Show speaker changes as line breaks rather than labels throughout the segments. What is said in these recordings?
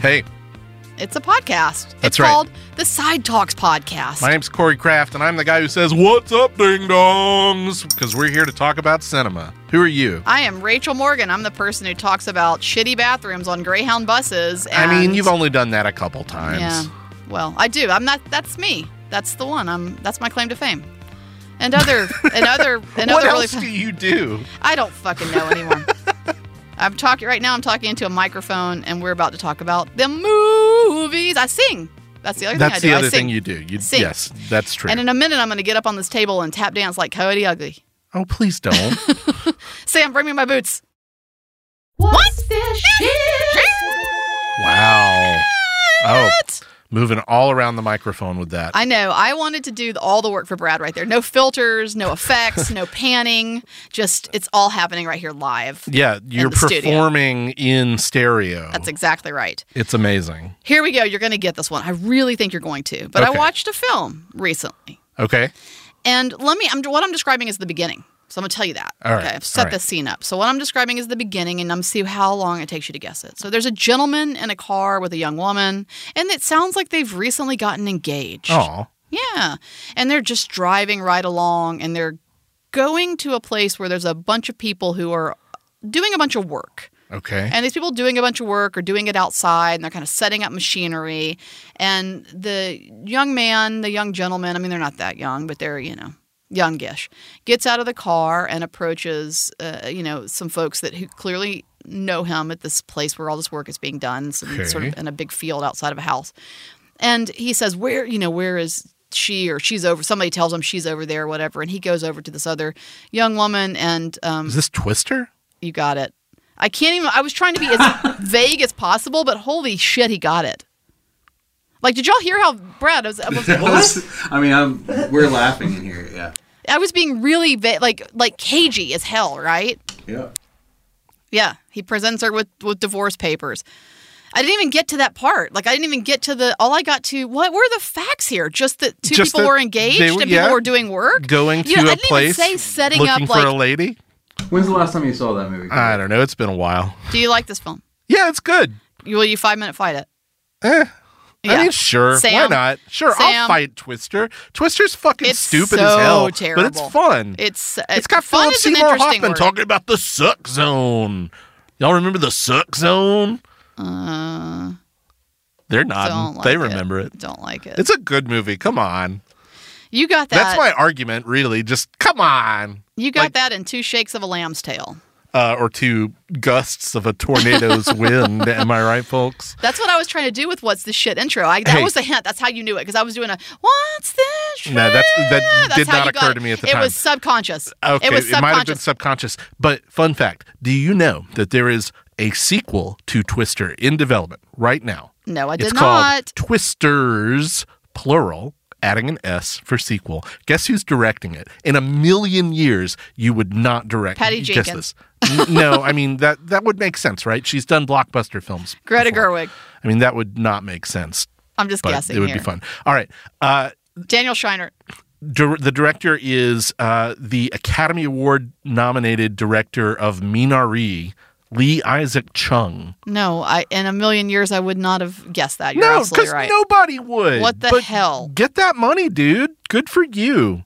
Hey,
It's a podcast.
That's
it's
right.
called the Side Talks Podcast.
my name's Corey Kraft, and I'm the guy who says, What's up, ding dongs? Because we're here to talk about cinema. Who are you?
I am Rachel Morgan. I'm the person who talks about shitty bathrooms on Greyhound buses. And
I mean, you've only done that a couple times.
Yeah. Well, I do. I'm not. That's me. That's the one. I'm. That's my claim to fame. And other. and other. And
what
other.
else
really,
do you do?
I don't fucking know anymore. I'm talking right now. I'm talking into a microphone, and we're about to talk about the movies. I sing. That's the other
That's the
thing I do.
other
I sing.
thing you do. You,
Sing.
yes, that's true.
and in a minute, I'm going to get up on this table and tap dance like Coyote Ugly.
oh, please don't.
Sam, bring me my boots.
What's this shit?
wow. Oh, moving all around the microphone with that.
I know. I wanted to do the, all the work for Brad right there. No filters, no effects, no panning. Just it's all happening right here live.
yeah, you're
the studio.
performing in stereo.
That's exactly right.
it's amazing.
Here we go. You're going to get this one. I really think you're going to. But
Okay.
I watched a film recently,
Okay.
and let me. I'm, what I'm describing is the beginning. So I'm going to tell you that.
All right.
Okay.
All
I've set
right.
this scene up. So what I'm describing is the beginning, and I'm see how long it takes you to guess it. So there's a gentleman in a car with a young woman, and it sounds like they've recently gotten engaged.
Oh,
Yeah. And they're just driving right along and they're going to a place where there's a bunch of people who are doing a bunch of work.
okay.
And these people doing a bunch of work are doing it outside and they're kind of setting up machinery. And the young man, the young gentleman, I mean, they're not that young, but they're, you know, youngish, gets out of the car and approaches, uh, you know, some folks that who clearly know him at this place where all this work is being done, some, sort of
Okay.
in a big field outside of a house. And he says, Where, you know, where is she or she's over? Somebody tells him she's over there, whatever. And he goes over to this other young woman and um,
Is this Twister?
you got it. I can't even. I was trying to be as vague as possible, but holy shit, he got it. Like, did y'all hear how Brad was? I was, what?
I mean, I'm, we're laughing in here. Yeah.
I was being really va- like like cagey as hell, right?
Yeah.
Yeah, he presents her with with divorce papers. I didn't even get to that part. Like, I didn't even get to the. All I got to what were the facts here? Just that two
Just
people
that
were engaged
they
and
were-
people
yeah.
were doing work.
Going to
You know, I
a
didn't even
place
say setting
looking
up,
for
like-
a lady?
When's the last time you saw that movie?
I don't know. It's been a while.
Do you like this film?
Yeah, it's good.
You- Will you five minute fight it?
Eh.
Yeah.
I mean, sure. Why
Sam.
not? Sure, I'll
Sam.
fight Twister. Twister's fucking
It's
stupid as
so
hell, but it's
terrible.
fun.
It's
it's got
fun
Philip
is an
Seymour
interesting
Hoffman
word.
talking about the suck zone. Y'all remember the suck zone?
Uh,
They're nodding.
don't like
they
it.
remember it.
Don't like it.
It's a good movie. Come on.
You got that.
That's my argument, really. Just come on.
You got
like-
that in two shakes of a lamb's tail.
Uh, or two gusts of a tornado's wind. Am I right, folks?
That's what I was trying to do with what's the shit intro. I, that
Hey.
was the hint. That's how you knew it because I was doing a what's the shit.
No, that's- that
That's
did
how
not
you got
occur
it.
to me at the
It
time.
was subconscious.
Okay,
it was subconscious.
might have been subconscious. But fun fact: Do you know that there is a sequel to Twister in development right now?
no, I did
it's
not.
called Twisters, plural, adding an S for sequel. Guess who's directing it? In a million years, you would not direct.
Patty
guess
Jenkins.
this. N- no, I mean that that would make sense, right? She's done blockbuster films.
Greta
before.
Gerwig.
I mean, that would not make sense,
I'm just
but
guessing
it would
here.
be fun. All right. Uh,
Daniel Schreiner.
dir- the director is uh, the Academy Award nominated director of Minari, Lee Isaac Chung.
No, I in a million years I would not have guessed that. You're
no,
absolutely right.
nobody would.
What the
But
hell?
Get that money, dude. Good for you.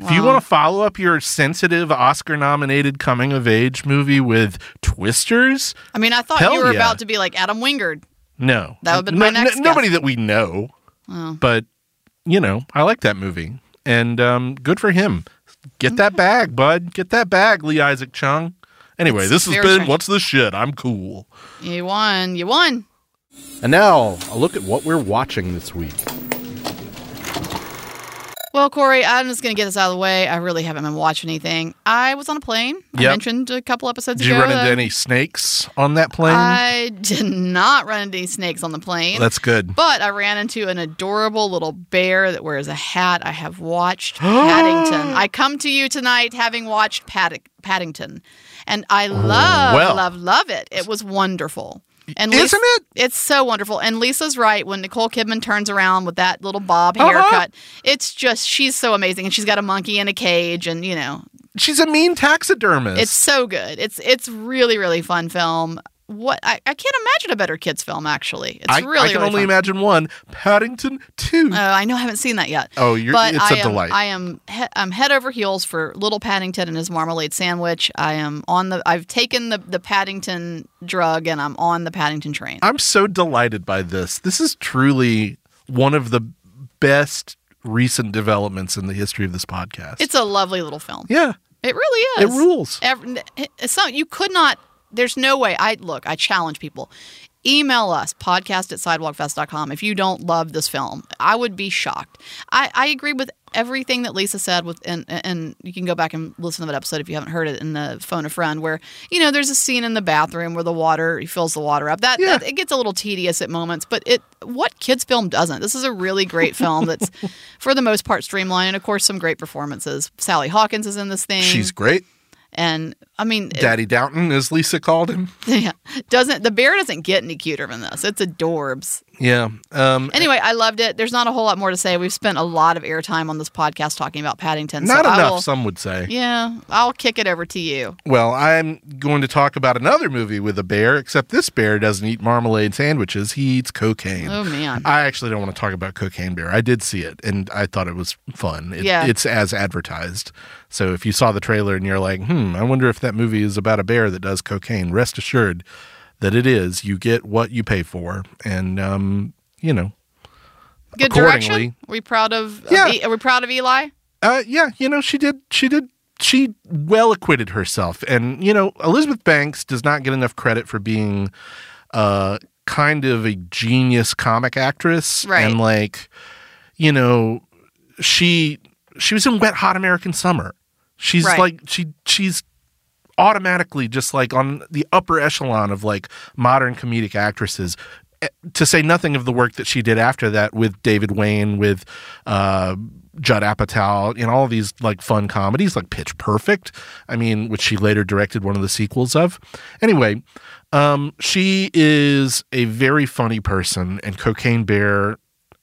If you
Wow.
want to follow up your sensitive Oscar nominated coming of age movie with Twisters,
I mean, I thought
Hell
you were
yeah.
about to be like Adam Wingard.
no.
That would've been my next guess.
Nobody that we know. But, you know, I like that movie. And um, good for him. Get that bag, bud. Get that bag, Lee Isaac Chung. Anyway,
It's
this has
very
been
strange.
What's the Shit? I'm cool.
You won. You won.
And now, a look at what we're watching this week.
Well, Corey, I'm just going to get this out of the way. I really haven't been watching anything. I was on a plane. I
Yep.
mentioned a couple episodes
Did
ago.
you run
that
into any snakes on that plane?
I did not run into any snakes on the plane.
That's good.
but I ran into an adorable little bear that wears a hat. I have watched Paddington. I come to you tonight having watched Paddi- Paddington, and I love,
Oh, well.
love, love it. It was wonderful. And
Isn't
Lisa-
it?
It's so wonderful. And Lisa's right. When Nicole Kidman turns around with that little bob
Uh-huh.
haircut, it's just she's so amazing. And she's got a monkey in a cage, and you know,
She's a mean taxidermist.
it's so good. It's it's really really fun film. what I, I can't imagine a better kids film. Actually, it's
I,
really
I can
really
only
fun.
imagine one. Paddington Two.
Uh, I know I haven't seen that yet.
Oh, you're-
but
it's
I
a
am-
delight.
I am he- I'm head over heels for Little Paddington and his marmalade sandwich. I am on the I've taken the the Paddington drug and I'm on the Paddington train.
I'm so delighted by this. This is truly one of the best recent developments in the history of this podcast.
it's a lovely little film.
yeah,
It really
it
is.
rules.
Every, it's not, you could not, there's no way. I Look, I challenge people. Email us, podcast at sidewalkfest.com, if you don't love this film. I would be shocked. I, I agree with everything that Lisa said, with and, and you can go back and listen to that episode if you haven't heard it in the Phone a Friend, where, you know, there's a scene in the bathroom where the water, he fills the water up. That,
Yeah.
that It gets a little tedious at moments, but it what kids' film doesn't? This is a really great film that's, for the most part, streamlined. And, of course, some great performances. Sally Hawkins is in this thing.
She's great.
And I mean, it-
Daddy Downton, as Lisa called him.
yeah, doesn't the bear doesn't get any cuter than this? It's adorbs.
Yeah. Um,
Anyway, I loved it. There's not a whole lot more to say. We've spent a lot of airtime on this podcast talking about Paddington.
not
so I
enough,
will,
some would say.
yeah, I'll kick it over to you.
Well, I'm going to talk about another movie with a bear, except this bear doesn't eat marmalade sandwiches. He eats cocaine.
Oh man,
I actually don't want to talk about Cocaine Bear. I did see it and I thought it was fun. It,
Yeah.
It's as advertised. So if you saw the trailer and you're like, hmm, I wonder if that movie is about a bear that does cocaine, rest assured that it is. You get what you pay for. And, um, you know,
good
accordingly-
direction. Are we proud of? of
Yeah.
E- are we proud of Eli?
uh, yeah, you know, she did, she did, she well acquitted herself. And, you know, Elizabeth Banks does not get enough credit for being uh, kind of a genius comic actress.
Right.
And, like, you know, she, she was in Wet Hot American Summer. She's
Right.
like, she, she's automatically just like on the upper echelon of like modern comedic actresses. Eh, To say nothing of the work that she did after that with David Wayne, with uh, Judd Apatow, and all these like fun comedies like Pitch Perfect. I mean, which she later directed one of the sequels of. Anyway, um, she is a very funny person, and Cocaine Bear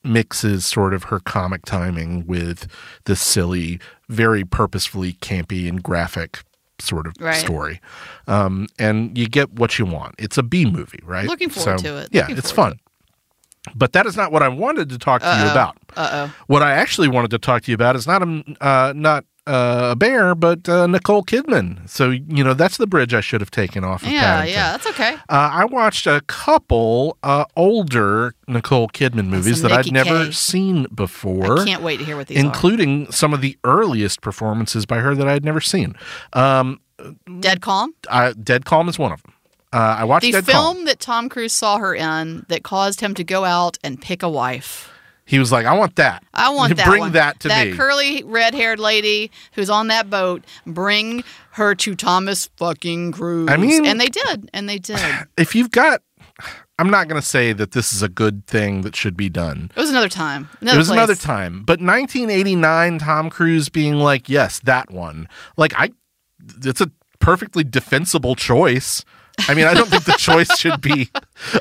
mixes sort of her comic timing with this silly, very purposefully campy and graphic sort of
Right.
story. Um, and you get what you want. It's a B movie, right?
Looking forward to it.
Yeah,
Looking
it's
forward
fun. But that is not what I wanted to talk to you about.
Uh oh.
What I actually wanted to talk to you about is not a uh, not uh, a bear, but uh, Nicole Kidman. So you know that's the bridge I should have taken off. Of
Yeah,
Paddington.
yeah, that's okay.
Uh, I watched a couple uh, older Nicole Kidman movies
Some
that I'd
Nicky
never
Cage.
seen before
I can't wait to hear what these
including some of the earliest performances by her that I had never seen. Um,
are. Dead Calm,
I, Dead Calm is one of them. Uh, I watched
the
Dead
film
Calm.
that Tom Cruise saw her in that caused him to go out and pick a wife.
He was like, "I want that.
I want that
Bring
one.
that to me."
curly red-haired lady who's on that boat. Bring her to Thomas fucking Cruise.
I mean-
and they did, and they did. It
if you've got, I'm not going to say that this is a good thing that should be done.
was another time.
It
Another
was
place.
another time, but 1989, Tom Cruise being like, "Yes, that one." Like I, it's a perfectly defensible choice. I mean, I don't think the choice should be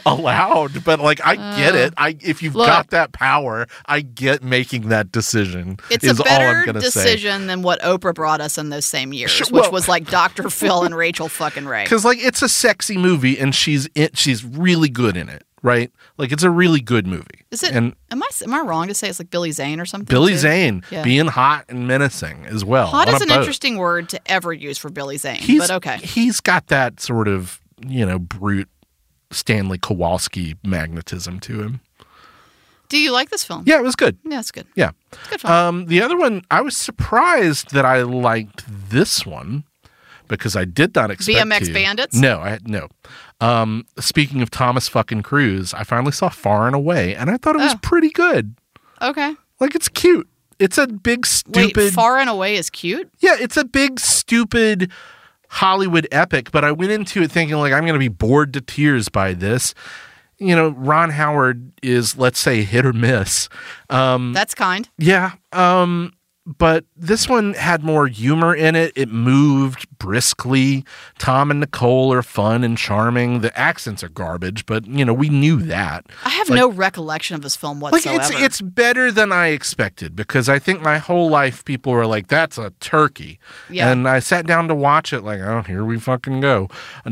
allowed, but like I get it. I if you've
Uh, Look.
got that power, I get making that decision.
It's
is
a
all
better
I'm gonna
decision than what Oprah brought us in those same years,
Sure,
which
well-
was like Dr. Phil and Rachel fucking Ray.
Because like it's a sexy movie, and she's it. She's really good in it, right? Like it's a really good movie.
Is it?
And
am I am I wrong to say it's like Billy Zane or something?
Billy
too?
Zane
Yeah.
being hot and menacing as well.
Hot
on
is
a
an
boat.
interesting word to ever use for Billy Zane,
he's
but okay.
he's got that sort of you know brute stanley kowalski magnetism to him
Do you like this film?
yeah it was good
yeah, it's good.
yeah
It's good film.
um the other one i was surprised that i liked this one because i did not expect
BMX
to.
Bandits?
no i no um speaking of thomas fucking cruise i finally saw far and away and i thought it was
Oh.
pretty good
okay.
like it's cute it's a big stupid
Wait, far and away is cute.
Yeah, it's a big stupid Hollywood epic, but I went into it thinking like I'm going to be bored to tears by this. You know, Ron Howard is let's say hit or miss. Um
That's kind.
yeah, um but this one had more humor in it. It moved briskly. Tom and Nicole are fun and charming. The accents are garbage, but you know we knew that.
I have no recollection of this film
Like
whatsoever.
it's it's better than I expected because I think my whole life people were like, "That's a turkey,"
Yeah.
and I sat down to watch it. Like, oh, here we fucking go, a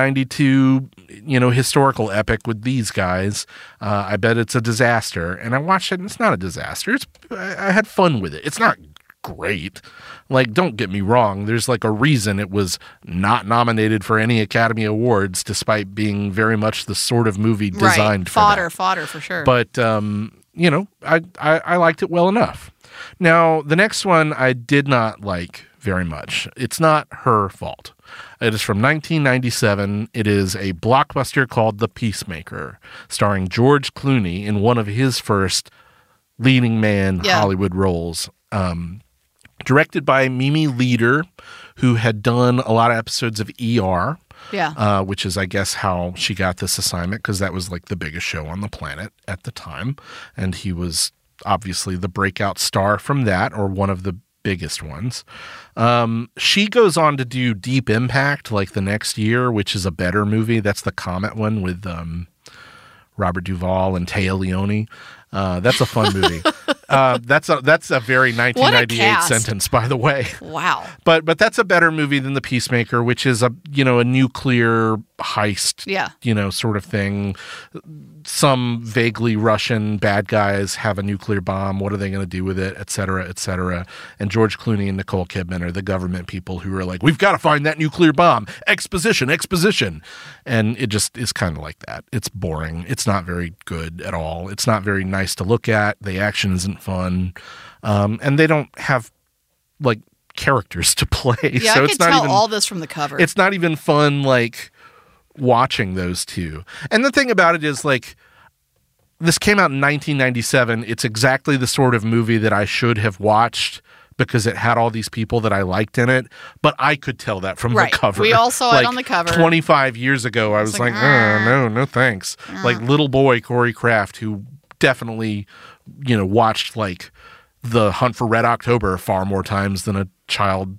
1992, you know, historical epic with these guys. Uh, I bet it's a disaster, and I watched it, and it's not a disaster. It's I, I had fun with it. It's not great. Like, don't get me wrong. There's like a reason it was not nominated for any Academy Awards, despite being very much the sort of movie designed
right.
for
fodder,
that
fodder for sure.
but um, you know, I, I I liked it well enough. Now the next one I did not like very much. It's not her fault. It is from 1997. It is a blockbuster called The Peacemaker, starring George Clooney in one of his first leading man
Yeah.
Hollywood roles. Um, directed by Mimi Leader, who had done a lot of episodes of ER
yeah,
uh, which is, I guess, how she got this assignment because that was like the biggest show on the planet at the time. And he was obviously the breakout star from that or one of the biggest ones. Um, she goes on to do Deep Impact like the next year, which is a better movie. That's the Comet one with um, Robert Duvall and Taya Leone. Uh, that's a fun movie. Uh, that's a that's a very 1998
cast.
sentence, by the way
wow,
but but that's a better movie than the peacemaker which is a you know a nuclear heist
Yeah.
you know sort of thing some vaguely russian bad guys have a nuclear bomb what are they going to do with it et cetera et cetera and george clooney and nicole kidman are the government people who are like we've got to find that nuclear bomb exposition exposition and it just is kind of like that it's boring it's not very good at all it's not very nice to look at the action isn't fun um, and they don't have like characters to play.
yeah.
so
I
it's
could
not
tell
even
all this from the cover.
it's not even fun like watching those two. And the thing about it is like this came out in 1997. It's exactly the sort of movie that I should have watched because it had all these people that I liked in it, but I could tell that from
Right.
the cover.
We all saw it on the cover.
25 years ago, I was
like,
like,
"Ah."
oh, no, no thanks. Like little boy Corey Kraft, who definitely, you know, watched like The Hunt for Red October far more times than a child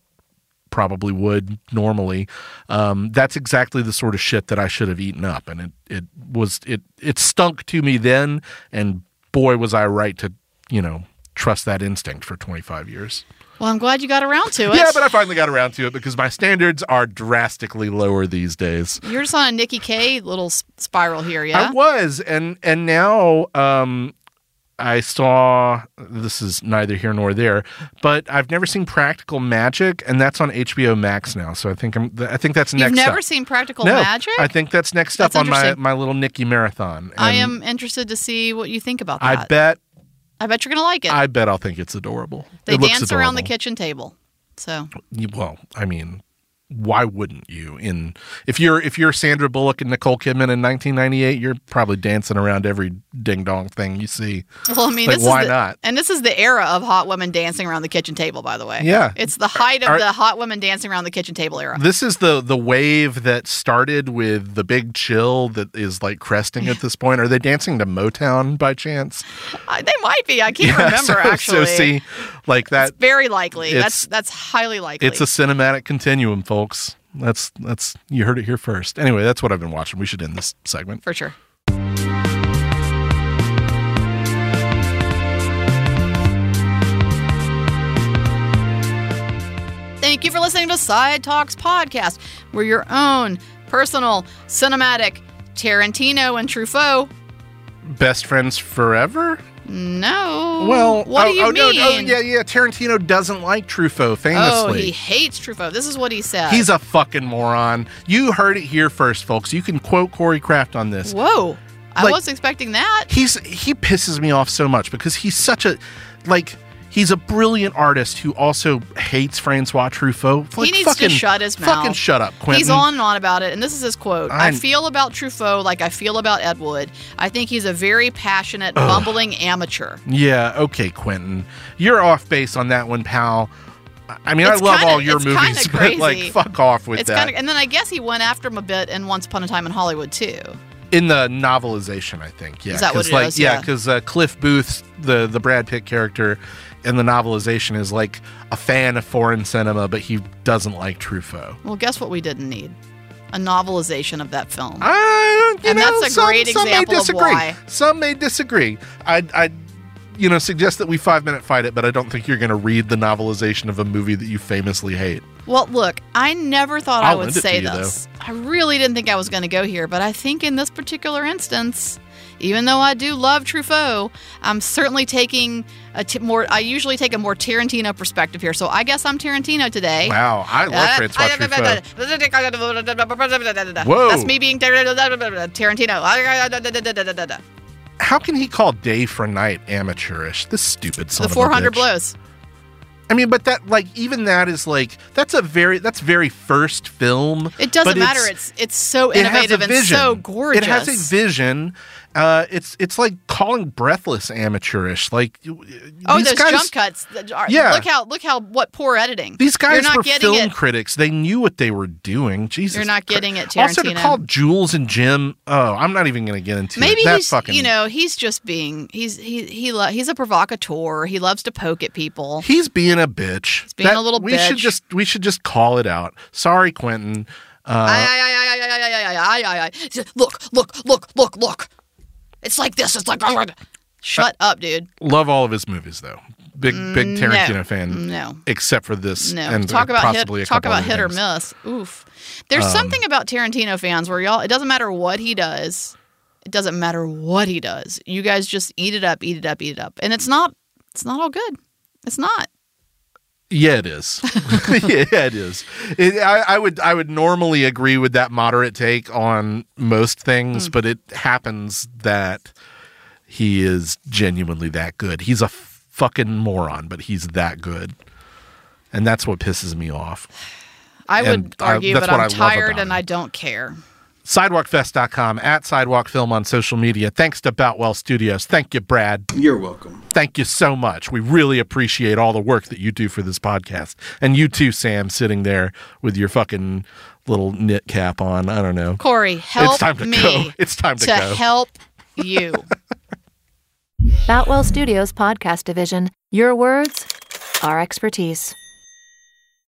probably would normally. Um, that's exactly the sort of shit that I should have eaten up, and it it was it it stunk to me then, and boy was I right to you know trust that instinct for 25 years.
well, I'm glad you got around to it.
Yeah, but I finally got around to it because my standards are drastically lower these days.
You're just on a Nikki K little s- spiral here, yeah.
I was, and and now um, I saw this is neither here nor there, but I've never seen Practical Magic, and that's on HBO Max now. So I think I'm I think that's
You've
next.
never
up.
seen Practical
no,
Magic?
I think that's next
That's
up on my
interesting.
my little Nikki marathon. And
I am interested to see what you think about that.
I bet.
I bet you're gonna like it.
I bet I'll think it's adorable.
they
It looks
dance around the
adorable.
kitchen table. So
You- well, I mean, why wouldn't you? In if you're if you're Sandra Bullock and Nicole Kidman in 1998, you're probably dancing around every ding dong thing you see.
well, I mean,
Like,
this
why
is the,
not?
And this is the era of hot women dancing around the kitchen table. By the way,
Yeah.
it's the height of
Are-
the hot women dancing around the kitchen table era.
This is the the wave that started with the big chill that is like cresting at this point. Are they dancing to Motown by chance?
I, Uh, they might be. I can't
Yeah,
remember
so,
actually.
So see, like that.
it's very likely. That's
it's-
that's highly likely.
It's a cinematic continuum, folks. That's that's you heard it here first. Anyway, that's what I've been watching. We should end this segment.
for sure. Thank you for listening to Side Talks Podcast. We're your own personal cinematic Tarantino and Truffaut.
Best friends forever.
No.
Well,
what
oh,
do you
oh, no,
mean?
oh, yeah, yeah. Tarantino doesn't like Truffaut
Oh, he
famously.
hates Truffaut. This is what he said.
He's a fucking moron. You heard it here first, folks. You can quote Corey Kraft on this.
Whoa. I
Like-
was expecting that.
he's he pisses me off so much because he's such a like he's a brilliant artist who also hates Francois Truffaut. Like,
He needs to
fucking-
shut his
Fucking
mouth.
shut up, Quentin.
He's on and on about it, and this is his quote. i
I'm-
feel about Truffaut like I feel about Ed Wood. I think he's a very passionate, bumbling amateur.
Yeah, okay, Quentin, you're off base on that one, pal. I- I mean,
It's
I love
kinda-
all your
it's
movies,
kinda
but like,
crazy.
fuck off with
It's
that.
kind of, and then I guess he went after him a bit in Once Upon a Time in Hollywood too.
in the novelization, I think. Yeah,
Is that what
'cause,
it
like,
is?
Yeah,
Yeah.
because uh, Cliff Booth, the the Brad Pitt character, in the novelization is like a fan of foreign cinema, but he doesn't like Truffaut.
Well, guess what we didn't need? A novelization of that film.
I, you
And
know,
that's a
some,
great
some
example
may
of
disagree.
why.
Some may disagree. I, I, you know, suggest that we five minute fight it, but I don't think you're going to read the novelization of a movie that you famously hate.
Well, look, I never thought i
I'll
would
lend it to
say
you,
this. I really didn't think I was going to go here, but I think in this particular instance, even though I do love Truffaut, I'm certainly taking a t- more. I usually take a more Tarantino perspective here, so I guess I'm Tarantino today.
Wow, I love
Uh,
Francois Truffaut. Whoa.
That's me being Tar- Tarantino.
How can he call Day for Night amateurish? This stupid son of
The
a
400
bitch.
blows.
I mean, but that like even that is like that's a very that's very first film.
It doesn't
but
matter.
it's-
It's it's so
it has
innovative
a
and
vision.
so gorgeous.
It has a vision. Uh, it's it's like calling Breathless amateurish. Like you-
Oh,
these
those
guys,
jump cuts. that are-
Yeah.
Look how look how what poor editing.
These guys
You're not
were
getting
film
it.
critics. They knew what they were doing. Jesus,
You're not
Christ.
getting it,
Also, to
Tarantino.
call Jules and Jim. Oh, I'm not even going to get into
Maybe
it. That
he's
fucking,
you know he's just being he's he he lo- he's a provocateur. He loves to poke at people.
he's being a bitch. He's
being a little
We should
bitch.
just we should just call it out. Sorry, Quentin.
Aye, aye, aye, aye, aye, aye, aye, aye, aye, aye. Look look look look look. It's like this. It's like shut up, dude.
Love all of his movies though. Big big Tarantino fan.
Mm, No.
Except for this.
No,
and
talk about hit,
possibly a
talk
couple
about
other
hit or
things. Um,
miss. Oof, there's something about Tarantino fans where y'all. It doesn't matter what he does. It doesn't matter what he does. You guys just eat it up, eat it up, eat it up, and it's not. It's not all good. It's not.
Yeah, it is. yeah, it is. It, I, I would I would normally agree with that moderate take on most things, but it happens that he is genuinely that good. He's a fucking moron, but he's that good, and that's what pisses me off.
I
And
would
I-
argue,
that's
but
what I
I'm
love
tired
about
and
him.
I don't care.
Sidewalkfest.com at Sidewalk Film on social media. Thanks to Boutwell Studios. Thank you, Brad.
You're welcome.
Thank you so much. We really appreciate all the work that you do for this podcast. And you too, Sam, sitting there with your fucking little knit cap on. I don't know.
Corey, help
it's time to
me
go. It's time to,
to
go.
help you.
Batwell Studios Podcast Division. Your words, our expertise.